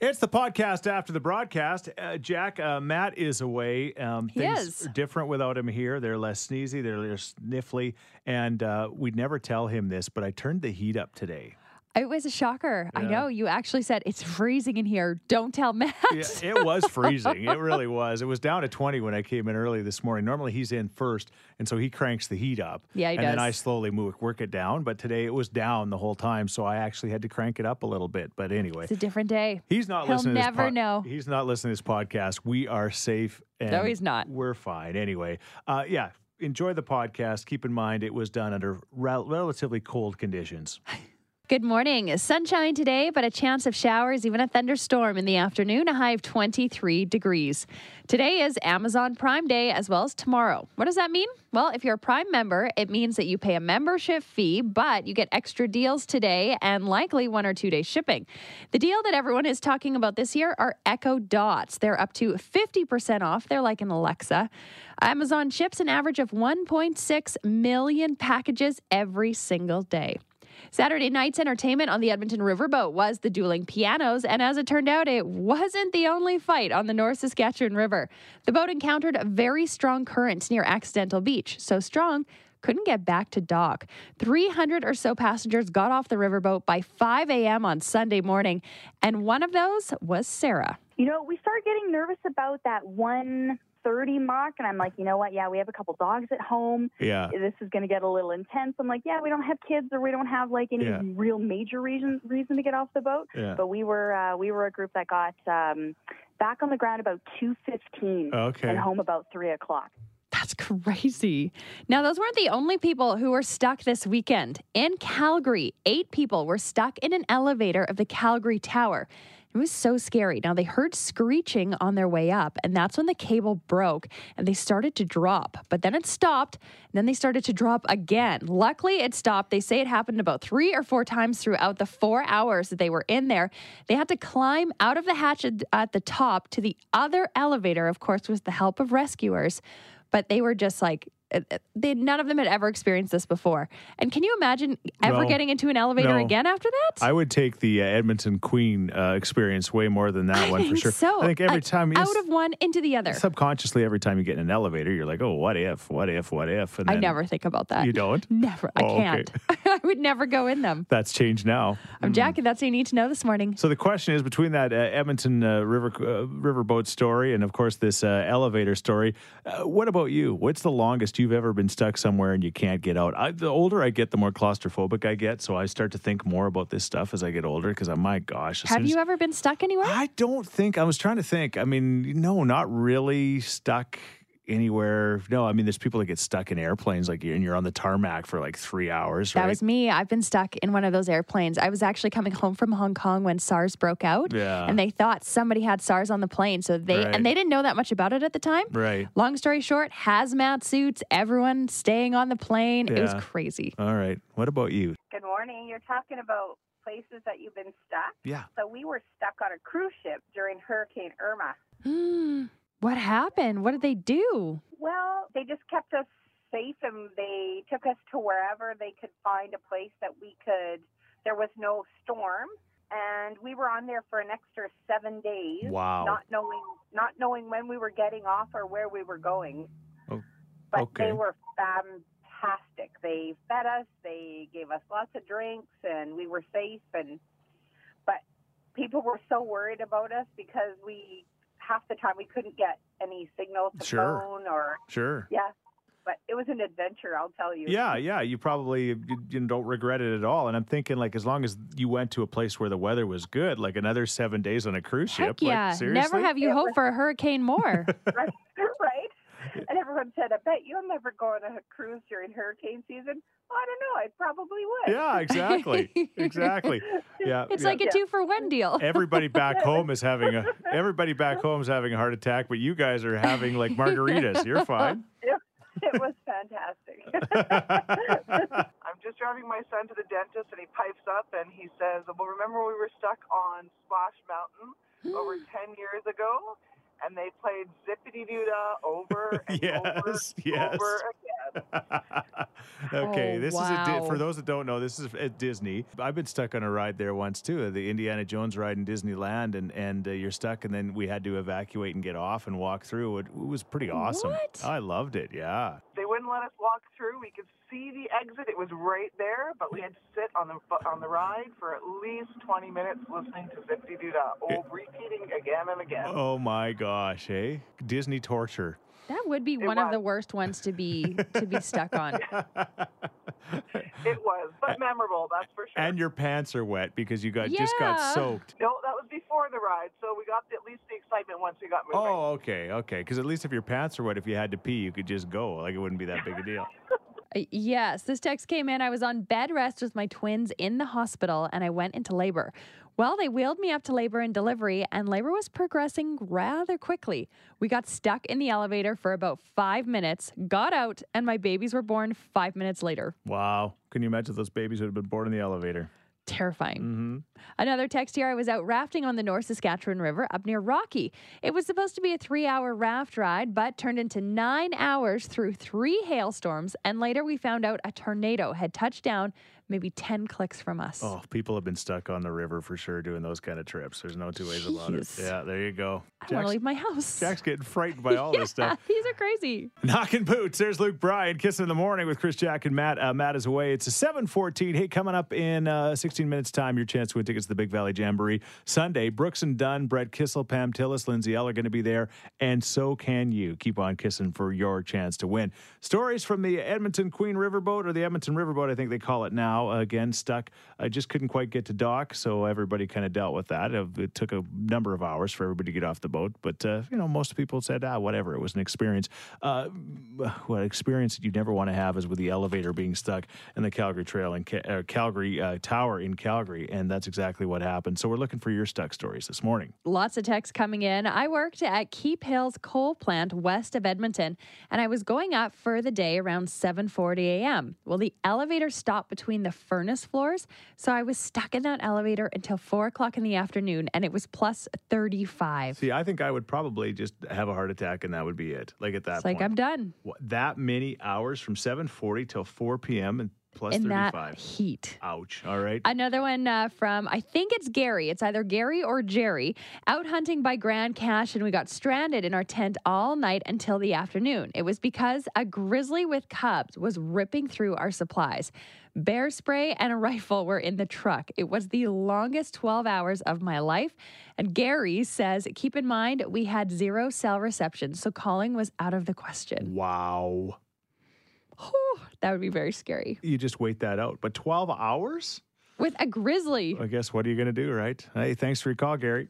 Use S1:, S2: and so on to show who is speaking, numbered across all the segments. S1: It's the podcast after the broadcast. Uh, Jack, uh, Matt is away. Um,
S2: He
S1: things
S2: is.
S1: are different without him here. They're less sneezy, they're less sniffly. And uh, we'd never tell him this, but I turned the heat up today.
S2: It was a shocker. I know. You actually said it's freezing in here. Don't tell Matt.
S1: Yeah, it was freezing. It really was. It was down to 20 when I came in early this morning. Normally he's in first, and so he cranks the heat up.
S2: Yeah, he
S1: And then
S2: does.
S1: I slowly move, work it down. But today it was down the whole time, so I actually had to crank it up a little bit. But anyway,
S2: It's a different day.
S1: he's not
S2: He'll
S1: listening. to this
S2: never
S1: pod-
S2: know.
S1: He's not listening to this podcast. We are safe. And
S2: he's not.
S1: We're fine. Anyway, uh, yeah. Enjoy the podcast. Keep in mind it was done under rel- relatively cold conditions.
S2: Good morning. Sunshine today, but a chance of showers, even a thunderstorm in the afternoon, a high of 23 degrees. Today is Amazon Prime Day as well as tomorrow. What does that mean? Well, if you're a Prime member, it means that you pay a membership fee, but you get extra deals today and likely one or two day shipping. The deal that everyone is talking about this year are Echo Dots. They're up to 50% off. They're like an Alexa. Amazon ships an average of 1.6 million packages every single day. Saturday night's entertainment on the Edmonton Riverboat was the dueling pianos, and as it turned out, it wasn't the only fight on the North Saskatchewan River. The boat encountered a very strong current near Accidental Beach, so strong couldn't get back to dock. 300 or so passengers got off the riverboat by 5 a.m. on Sunday morning, and one of those was Sarah.
S3: you know, we started getting nervous about that 130 mark, and I'm like, you know what? Yeah, we have a couple dogs at home.
S1: Yeah.
S3: This is going to get a little intense. I'm like, yeah, we don't have kids, or we don't have like any
S1: Yeah.
S3: real major reason reason to get off the boat.
S1: Yeah.
S3: But we were uh, we were a group that got um, back on the ground about 2:15
S1: Okay.
S3: and home about three o'clock.
S2: That's crazy. Now, those weren't the only people who were stuck this weekend. In Calgary, eight people were stuck in an elevator of the Calgary Tower. It was so scary. Now, they heard screeching on their way up, and that's when the cable broke and they started to drop. But then it stopped, and then they started to drop again. Luckily, it stopped. They say it happened about three or four times throughout the four hours that they were in there. They had to climb out of the hatch at- at the top to the other elevator, of course, with the help of rescuers but they were just like uh, uh, they none of them had ever experienced this before. And can you imagine ever
S1: No.
S2: getting into an elevator
S1: No.
S2: again after that?
S1: I would take the uh, Edmonton Queen uh, experience way more than that one
S2: think
S1: for sure.
S2: So
S1: I think every
S2: Like,
S1: time
S2: out of one into the other.
S1: subconsciously every time you get in an elevator you're like oh what if what if what if and
S2: I
S1: then
S2: never think about that.
S1: you don't
S2: Never. I
S1: Oh, okay.
S2: can't. I would never go in them.
S1: that's changed now
S2: I'm Jackie. That's what you need to know this morning.
S1: so the question is between that uh, edmonton uh, river uh, riverboat story and of course this uh, elevator story uh, what about you what's the longest you've ever been stuck somewhere and you can't get out I, the older i get the more claustrophobic i get so i start to think more about this stuff as i get older because i'm my gosh as
S2: Have
S1: soon as-
S2: you ever been stuck anywhere?
S1: I don't think I was trying to think. I mean, no, not really stuck anywhere. No, I mean, there's people that get stuck in airplanes, like and you're on the tarmac for like three hours.
S2: That
S1: right?
S2: was me. I've been stuck in one of those airplanes. I was actually coming home from Hong Kong when SARS broke out.
S1: Yeah.
S2: And they thought somebody had SARS on the plane. So they
S1: Right.
S2: and they didn't know that much about it at the time.
S1: Right.
S2: Long story short, hazmat suits, everyone staying on the plane. It was
S1: Yeah.
S2: crazy.
S1: All right. What about you?
S4: Good morning. You're talking about places that you've been stuck.
S1: Yeah.
S4: So we were stuck on a cruise ship during Hurricane Irma.
S2: Hmm. what happened? What did they do?
S4: Well, they just kept us safe and they took us to wherever they could find a place that we could, there was no storm. And we were on there for an extra seven days.
S1: Wow.
S4: Not knowing, not knowing when we were getting off or where we were going.
S1: Oh,
S4: but
S1: okay.
S4: they were fantastic. They fed us. They gave us lots of drinks, and we were safe. And but people were so worried about us because we half the time we couldn't get any signal to
S1: Sure.
S4: phone or
S1: Sure.
S4: yeah. But it was an adventure, I'll tell you.
S1: Yeah, yeah, you probably you, you don't regret it at all. And I'm thinking, like, as long as you went to a place where the weather was good, like another seven days on a cruise ship.
S2: Heck yeah.
S1: Like, seriously?
S2: Never have you
S4: It
S2: hoped
S4: was-
S2: for a hurricane more.
S4: right, right. And everyone said, "I bet you'll never go on a cruise during hurricane season." Well, I don't know. I probably would.
S1: yeah, exactly, exactly. Yeah,
S2: it's
S1: yeah.
S2: like a two for one deal.
S1: Everybody back home is having a everybody back home is having a heart attack, but you guys are having like margaritas. You're fine.
S4: It was fantastic.
S5: I'm just driving my son to the dentist, and he pipes up and he says, "Well, remember we were stuck on Splash Mountain over ten years ago, and they played Zippity Doo Dah over and over
S1: Yes,
S5: and
S1: yes.
S5: over again."
S4: was.
S1: okay,
S2: Oh,
S1: this is a,
S2: wow.
S1: Di- for those that don't know, this is at Disney. I've been stuck on a ride there once too, the Indiana Jones ride in Disneyland, and and uh, you're stuck, and then we had to evacuate and get off and walk through. It, it was pretty awesome.
S2: What?
S1: I loved it. Yeah.
S5: They wouldn't let us walk through. We could see the exit; it was right there, but we had to sit on the on the ride for at least 20 minutes, listening to Zip Doo Dah, oh, repeating again and again.
S1: Eh. Oh my gosh, eh? Disney torture.
S2: That would be
S5: It
S2: one of
S5: was.
S2: the worst ones to be to be stuck on.
S5: It was, but memorable, that's for sure.
S1: and your pants are wet because you got just got
S2: Yeah.
S1: soaked.
S5: no, that was before the ride, so we got the, at least the excitement once we got moving.
S1: Oh, okay, okay. Because at least if your pants are wet, if you had to pee, you could just go. Like it wouldn't be that big a deal.
S2: Uh, Yes, this text came in. I was on bed rest with my twins in the hospital and I went into labor. Well, they wheeled me up to labor and delivery, and labor was progressing rather quickly. We got stuck in the elevator for about five minutes, got out, and my babies were born five minutes later.
S1: Wow. Can you imagine those babies would have been born in the elevator?
S2: Terrifying.
S1: Mm-hmm.
S2: Another text here I was out rafting on the North Saskatchewan River up near Rocky. It was supposed to be a three hour raft ride, but turned into nine hours through three hailstorms. And later we found out a tornado had touched down maybe 10 clicks from us.
S1: Oh, people have been stuck on the river for sure doing those kind of trips. There's no two ways about it.
S2: Jeez.
S1: Yeah, there you go.
S2: I don't want
S1: Jack's,
S2: to leave my house.
S1: Jack's getting frightened by all this stuff.
S2: These are crazy.
S1: Knocking boots. There's Luke Bryan. Kissing in the morning with Chris Jack and Matt. Uh, Matt is away. It's a 7:14. Hey, coming up in uh, 16 minutes time, your chance to win tickets to the Big Valley Jamboree Sunday. Brooks and Dunn, Brett Kissel, Pam Tillis, Lindsay L are going to be there, and so can you. Keep on kissing for your chance to win. Stories from the Edmonton Queen Riverboat or the Edmonton Riverboat, I think they call it now. Uh, again, stuck. I just couldn't quite get to dock, so everybody kind of dealt with that. Uh, It took a number of hours for everybody to get off the boat, but uh, you know, most people said, ah, whatever. It was an experience. Uh, what experience that you never want to have is with the elevator being stuck in the Calgary Trail and Ca- uh, Calgary uh, Tower in Calgary, and that's exactly what happened. So we're looking for your stuck stories this morning.
S2: Lots of texts coming in. I worked at Keep Hills coal plant west of Edmonton, and I was going up for the day around 7:40 a.m. Well, the elevator stopped between the furnace floors, so I was stuck in that elevator until four o'clock in the afternoon, and it was plus 35.
S1: See, I think I would probably just have a heart attack, and that would be it. Like at that
S2: It's like I'm done
S1: that many hours from seven forty till four p.m. and plus
S2: in
S1: thirty-five.
S2: that heat.
S1: Ouch! All right.
S2: Another one uh, from, I think it's Gary. It's either Gary or Jerry. Out hunting by Grand Cache, and we got stranded in our tent all night until the afternoon. It was because a grizzly with cubs was ripping through our supplies. Bear spray and a rifle were in the truck. It was the longest 12 hours of my life. And Gary says, keep in mind, we had zero cell reception, so calling was out of the question.
S1: wow. Mm.
S2: Whew, that would be very scary.
S1: You just wait that out, but twelve hours.
S2: With a grizzly.
S1: I guess what are you going to do, right? Hey, thanks for your call, Gary.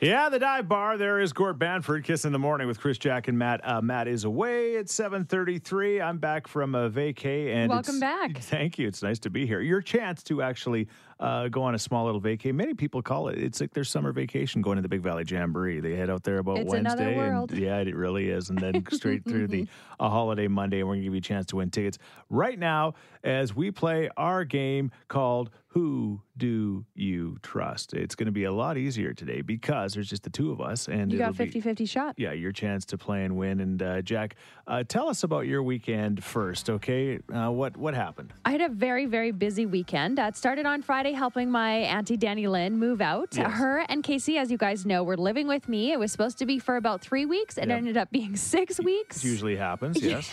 S1: Yeah, the dive bar. There is Gord Banford. Kiss in the morning with Chris Jack and Matt. Uh, Matt is away at seven thirty-three. I'm back from a vacay, and
S2: Welcome
S1: it's-
S2: back.
S1: Thank you. It's nice to be here. Your chance to actually uh, go on a small little vacay. Many people call it. It's like their summer vacation, going to the Big Valley Jamboree. They head out there about
S2: It's another
S1: Wednesday. and-
S2: world.
S1: yeah, it really is. And then straight through the a holiday Monday, and we're going to give you a chance to win tickets right now as we play our game called Who Do You Trust? It's going to be a lot easier today because there's just the two of us, and
S2: You
S1: it'll
S2: got
S1: be-
S2: 50 50 shot.
S1: yeah, your chance to play and win. And uh, Jack, uh, tell us about your weekend first, okay? Uh, what what happened?
S2: I had a very, very busy weekend. Uh, it started on Friday helping my Auntie Danny Lynn move out.
S1: Yes.
S2: Her and Casey, as you guys know, were living with me. It was supposed to be for about three weeks. It
S1: Yep.
S2: ended up being six weeks.
S1: It usually happens, yes.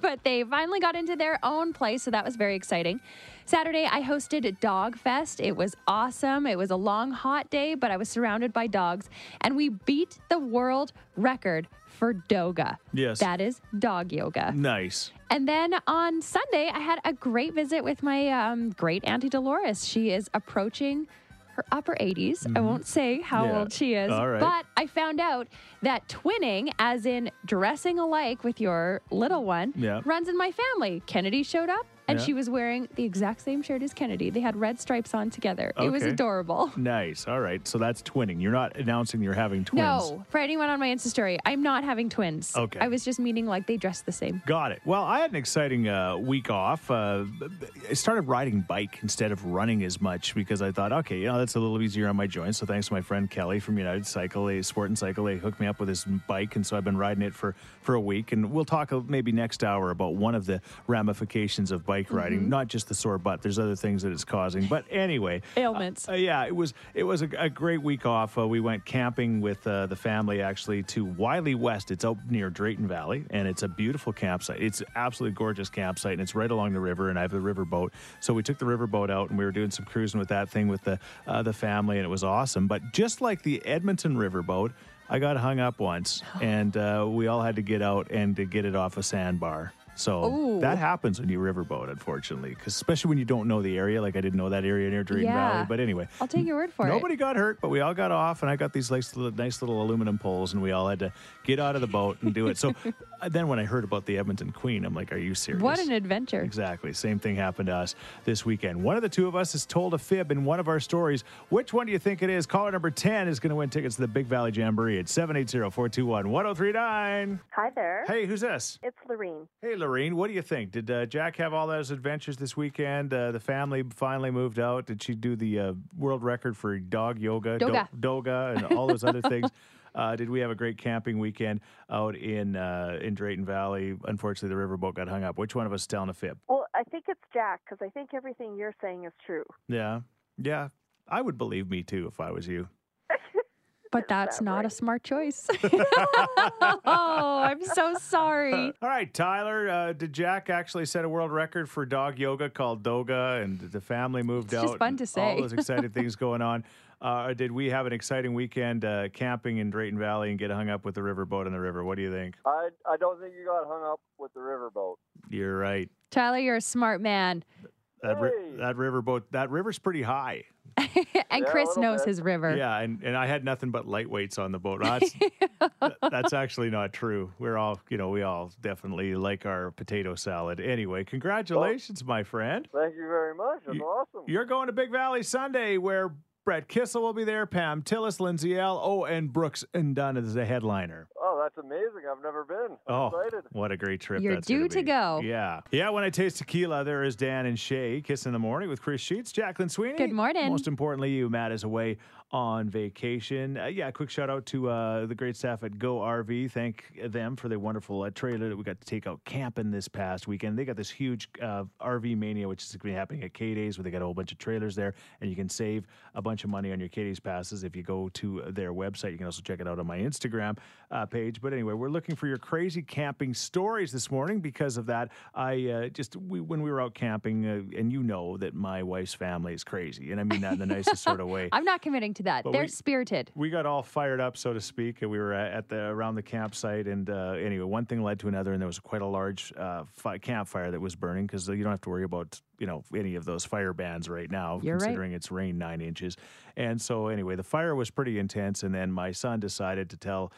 S2: but they finally got into their own place, so that was very exciting. Saturday, I hosted Dog Fest. It was awesome. It was a long, hot day, but I was surrounded by dogs, and we beat the world record for Doga.
S1: Yes.
S2: That is dog yoga.
S1: Nice.
S2: And then on Sunday, I had a great visit with my um, great auntie Dolores. She is approaching her upper 80s. I won't say how
S1: Mm-hmm. Yeah.
S2: old she is,
S1: All right.
S2: but I found out that twinning, as in dressing alike with your little one,
S1: Yeah.
S2: runs in my family. Kennedy showed up. and
S1: Yeah.
S2: she was wearing the exact same shirt as Kennedy. They had red stripes on together. It was
S1: Okay.
S2: adorable.
S1: Nice. All right. So that's twinning. You're not announcing you're having twins.
S2: No, for anyone on my Insta story, I'm not having twins.
S1: Okay.
S2: I was just meaning like they dress the same.
S1: Got it. Well, I had an exciting uh, week off. Uh, b- b- I started riding bike instead of running as much because I thought, okay, you know, that's a little easier on my joints. So thanks to my friend Kelly from United Cycle, a sport and cycle, they hooked me up with this bike, and so I've been riding it for for a week. And we'll talk uh, maybe next hour about one of the ramifications of bike riding, not just the sore butt. There's other things that it's causing. But anyway,
S2: Ailments.
S1: uh, yeah, it was it was a, a great week off. Uh, we went camping with uh, the family actually to Wiley West. It's out near Drayton Valley, and it's a beautiful campsite. It's absolutely gorgeous campsite, and it's right along the river. And I have the river boat, so we took the river boat out, and we were doing some cruising with that thing with the uh, the family, and it was awesome. But just like the Edmonton river boat. I got hung up once, and uh, we all had to get out and to get it off a sandbar. So
S2: Ooh.
S1: that happens when you riverboat, unfortunately, 'cause especially when you don't know the area. Like I didn't know that area near Drayton
S2: Yeah.
S1: Valley, but anyway,
S2: I'll take your word for it.
S1: Nobody got hurt, but we all got off, and I got these nice little, nice little aluminum poles, and we all had to get out of the boat and do it. So uh, then, when I heard about the Edmonton Queen, I'm like, "Are you serious?"
S2: What an adventure.
S1: Exactly. Same thing happened to us this weekend. One of the two of us has told a fib in one of our stories. Which one do you think it is? Caller number 10 is going to win tickets to the Big Valley Jamboree at 780 421 1039.
S6: Hi there.
S1: Hey, who's this?
S6: It's Lorene.
S1: Hey, Lorene, what do you think? Did uh, Jack have all those adventures this weekend? Uh, the family finally moved out. Did she do the uh, world record for dog yoga, do-
S2: Doga.
S1: doga, and all those other things? Uh, did we have a great camping weekend out in uh, in Drayton Valley? Unfortunately, the riverboat got hung up. Which one of us is telling a fib?
S6: Well, I think it's Jack because I think everything you're saying is true.
S1: Yeah, yeah. I would believe me too if I was you.
S2: But that's
S6: that
S2: not a
S6: right?
S2: smart choice. oh, I'm so sorry.
S1: All right, Tyler. Uh, did Jack actually set a world record for dog yoga called Doga, and the family moved
S2: It's
S1: out?
S2: just fun
S1: and
S2: to
S1: All
S2: say.
S1: those exciting things going on. Uh, or did we have an exciting weekend uh, camping in Drayton Valley and get hung up with the riverboat in the river? What do you think?
S7: I I don't think you got hung up with the riverboat.
S1: You're right.
S2: Tyler, you're a smart man.
S1: That ri-
S7: Hey.
S1: that riverboat. That river's pretty high.
S2: and
S7: Yeah, a
S2: Chris
S7: little
S2: knows
S7: bit.
S2: his river.
S1: Yeah, and, and I had nothing but lightweights on the boat. That's, th- that's actually not true. We're all, you know, we all definitely like our potato salad. Anyway, congratulations, my friend.
S7: Thank you very much. That's
S1: You-
S7: awesome.
S1: You're going to Big Valley Sunday where Brett Kissel will be there, Pam Tillis, Lindsay L. Oh, and Brooks and Dunn is the headliner.
S7: oh, that's amazing. I've never been. I'm
S1: Oh,
S7: excited.
S1: what a great trip!
S2: You're
S1: that's gonna
S2: due to
S1: be.
S2: go.
S1: Yeah, yeah. When I taste tequila, there is Dan and Shay. Kiss in the morning with Chris Sheets, Jacqueline Sweeney.
S2: Good morning.
S1: Most importantly, you Matt is away on vacation. Uh, yeah, quick shout out to uh, the great staff at Go RV. Thank them for the wonderful uh, trailer that we got to take out camping this past weekend. They got this huge uh, RV mania, which is going to be happening at K Days, where they got a whole bunch of trailers there, and you can save a bunch of money on your K Days passes if you go to their website. You can also check it out on my Instagram uh, page. But anyway, we're looking for your crazy camping stories this morning because of that. I uh, just we when we were out camping, uh, and you know that my wife's family is crazy, and I mean that in the nicest sort of way.
S2: I'm not committing to that.
S1: But
S2: They're
S1: we-
S2: spirited.
S1: We got all fired up, so to speak, and we were at at the around the campsite. And uh, anyway, one thing led to another, and there was quite a large uh, fi- campfire that was burning because you don't have to worry about you know any of those fire bans right now,
S2: You're right.
S1: considering it's rained nine inches. And so anyway, the fire was pretty intense, and then my son decided to tell.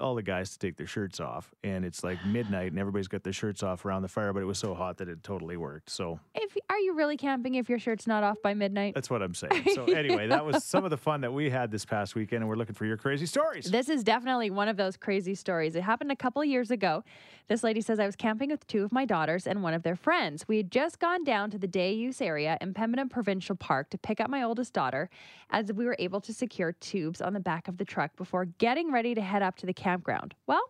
S1: All the guys to take their shirts off, and it's like midnight, and everybody's got their shirts off around the fire. But it was so hot that it totally worked. So
S2: If are you really camping if your shirt's not off by midnight?
S1: that's what I'm saying. So anyway, that was some of the fun that we had this past weekend, and we're looking for your crazy stories.
S2: This is definitely one of those crazy stories. It happened a couple years ago. This lady says I was camping with two of my daughters and one of their friends. We had just gone down to the day use area in Pembina Provincial Park to pick up my oldest daughter as we were able to secure tubes on the back of the truck before getting ready to head up to the campground. Well,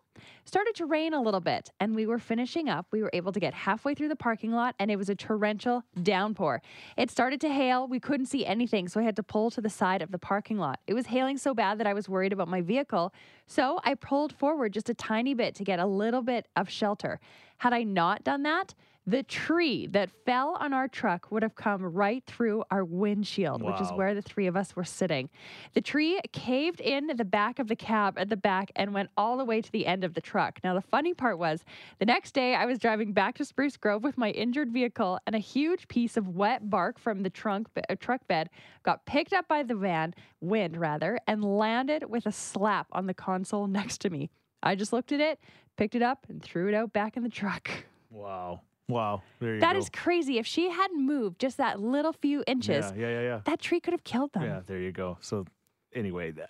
S2: started to rain a little bit and we were finishing up. We were able to get halfway through the parking lot and it was a torrential downpour. It started to hail. We couldn't see anything, so I had to pull to the side of the parking lot. It was hailing so bad that I was worried about my vehicle, so I pulled forward just a tiny bit to get a little bit of shelter. Had I not done that, the tree that fell on our truck would have come right through our windshield, which is
S1: Wow.
S2: where the three of us were sitting. The tree caved in at the back of the cab at the back and went all the way to the end of the truck. Now, the funny part was the next day I was driving back to Spruce Grove with my injured vehicle, and a huge piece of wet bark from the trunk be- uh, truck bed got picked up by the van, wind rather, and landed with a slap on the console next to me. I just looked at it, picked it up, and threw it out back in the truck.
S1: Wow. Wow. There you
S2: That
S1: go.
S2: is crazy. If she hadn't moved just that little few inches,
S1: Yeah, yeah, yeah, yeah.
S2: that tree could have killed them.
S1: Yeah, there you go. So anyway, the,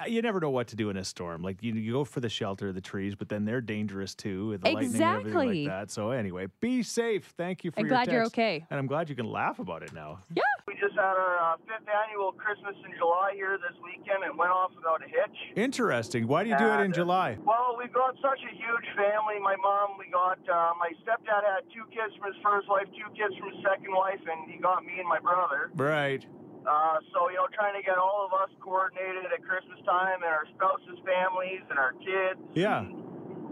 S1: I- you never know what to do in a storm. Like you, you go for the shelter of the trees, but then they're dangerous too. with The lightning and everything
S2: Exactly.
S1: like that. So anyway, be safe. Thank you for
S2: I'm
S1: your
S2: glad you're
S1: text.
S2: okay.
S1: And I'm glad you can laugh about it now.
S5: We just had our uh, fifth annual Christmas in July here this weekend and went off without a hitch.
S1: Interesting. Why do you do it in
S5: Yeah.
S1: July?
S5: Well, we've got such a huge family. My mom, we got uh, my stepdad had two kids from his first wife, two kids from his second wife, and he got me and my brother.
S1: Right.
S5: Uh, so, you know, trying to get all of us coordinated at Christmas time and our spouses' families and our kids.
S1: Yeah.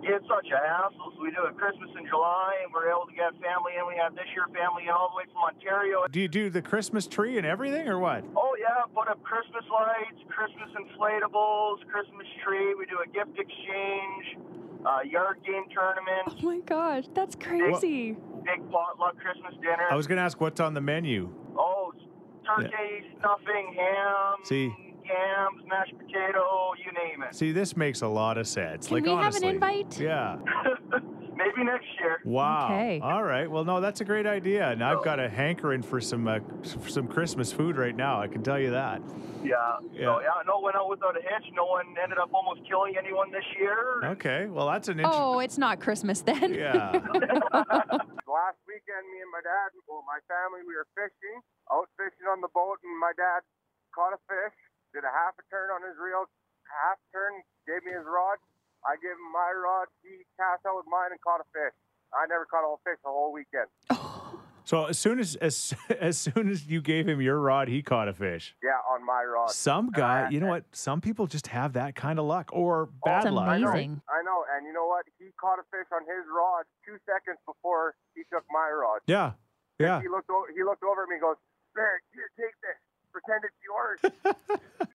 S5: It's such a hassle. So we do it Christmas in July, and we're able to get family in. We have this year family in all the way from Ontario.
S1: Do you do the Christmas tree and everything, or what?
S5: Oh yeah, put up Christmas lights, Christmas inflatables, Christmas tree. We do a gift exchange, uh, yard
S2: Oh
S5: game tournament,
S2: my gosh, that's crazy.
S5: big potluck Christmas dinner.
S1: I was going to ask what's on the menu.
S5: Oh, turkey, stuffing, ham,
S1: See.
S5: yams, mashed potato, you name it.
S1: See, this makes a lot of sense.
S2: Can
S1: like
S2: we have an
S1: honestly.
S2: invite?
S1: Yeah.
S5: Maybe next year.
S1: Wow.
S2: Okay.
S1: All right. Well, no, that's a great idea, and I've got a hankering for some uh, for some Christmas food right now. I can tell you that.
S5: Yeah.
S1: Yeah.
S5: So yeah, no one out without a hitch. No one ended up almost killing anyone this year.
S1: Okay. Well, that's an interesting.
S2: Oh, it's not Christmas then.
S1: Yeah.
S7: Last weekend, me and my dad, well, my family, we were fishing, out fishing on the boat, and my dad caught a fish, did a half a turn on his reel, half turn, gave me his rod. I gave him my rod, he cast out with mine and caught a fish. I never caught a fish the whole weekend.
S1: so as soon as as as soon as you gave him your rod, he caught a fish.
S7: Yeah, on my rod.
S1: Some guy, you know what? Some people just have that kind of luck or bad
S2: That's
S1: luck.
S7: I know,
S2: amazing.
S7: I know, and you know what? He caught a fish on his rod two seconds before he took my rod.
S1: Yeah. Yeah.
S7: He looked over. He looked over at me and goes, "Barrett, here, take this. Pretend it's yours."